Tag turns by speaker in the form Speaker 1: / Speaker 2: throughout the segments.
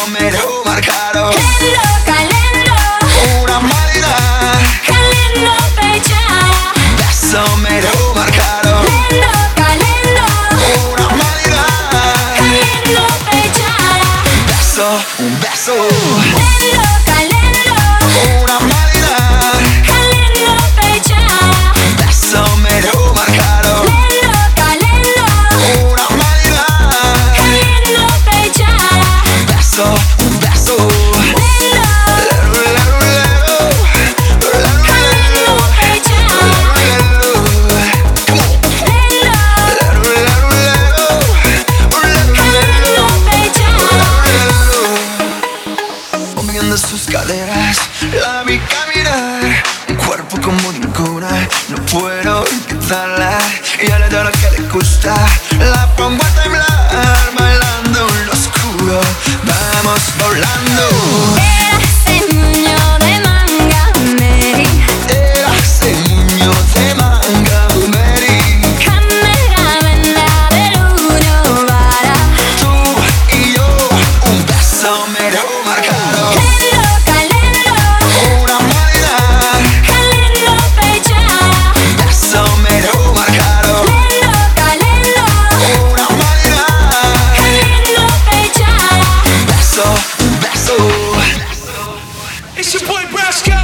Speaker 1: fumar caro
Speaker 2: Hello, calendo,
Speaker 1: Una manina
Speaker 2: calendo pecciara.
Speaker 1: Adesso me fumar caro
Speaker 2: Hello, calendo,
Speaker 1: Una manina
Speaker 2: calendo pecciara.
Speaker 1: Adesso un beso
Speaker 2: Hello, calendo,
Speaker 1: Una manina
Speaker 2: calendo pecciara.
Speaker 1: Adesso me fumar caro
Speaker 2: Hello, calendo,
Speaker 1: Una manina
Speaker 2: calendo pecciara.
Speaker 1: Adesso un beso
Speaker 2: Hello, calendo pecciara. Hello, calendo pecciara.
Speaker 1: Moviendo sus caderas, la vi caminar. Un cuerpo como ninguna, no puedo quitarla. Y a la hora que le gusta, la pongo a temblar. Bailando en lo oscuro, vamos volando.
Speaker 2: Era ese niño de manga meri.
Speaker 1: Era ese niño de manga, Mary.
Speaker 2: Camera venda dell'uno vara
Speaker 1: Tú y yo, un beso me lo marcaron.
Speaker 2: Calendo, calendo,
Speaker 1: Una moneda,
Speaker 2: calendo pecciara
Speaker 1: beso me lo marcaron.
Speaker 2: Calendo, calendo,
Speaker 1: Una moneda.
Speaker 2: calendo pecciara
Speaker 1: beso, un beso.
Speaker 3: It's your boy Brasco.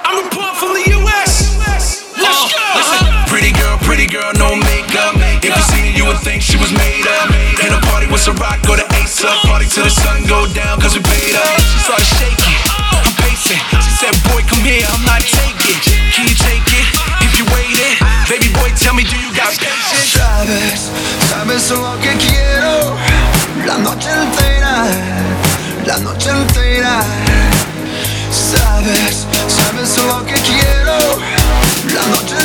Speaker 3: I'm a punk from the US. Let's go. Pretty girl, pretty girl, no makeup. If you seen her, you would think she was made up. In a party with rock or the ace up. Party till the sun go down, cause we paid up. She started shaking, I'm pacing. She said, boy, come here, I'm not taking. Can you take it? If you waiting, baby boy, tell me, do you got patience?
Speaker 1: Sabes, sabes lo que quiero. La noche entera, la noche entera. Sabes, sabes lo que quiero. La noche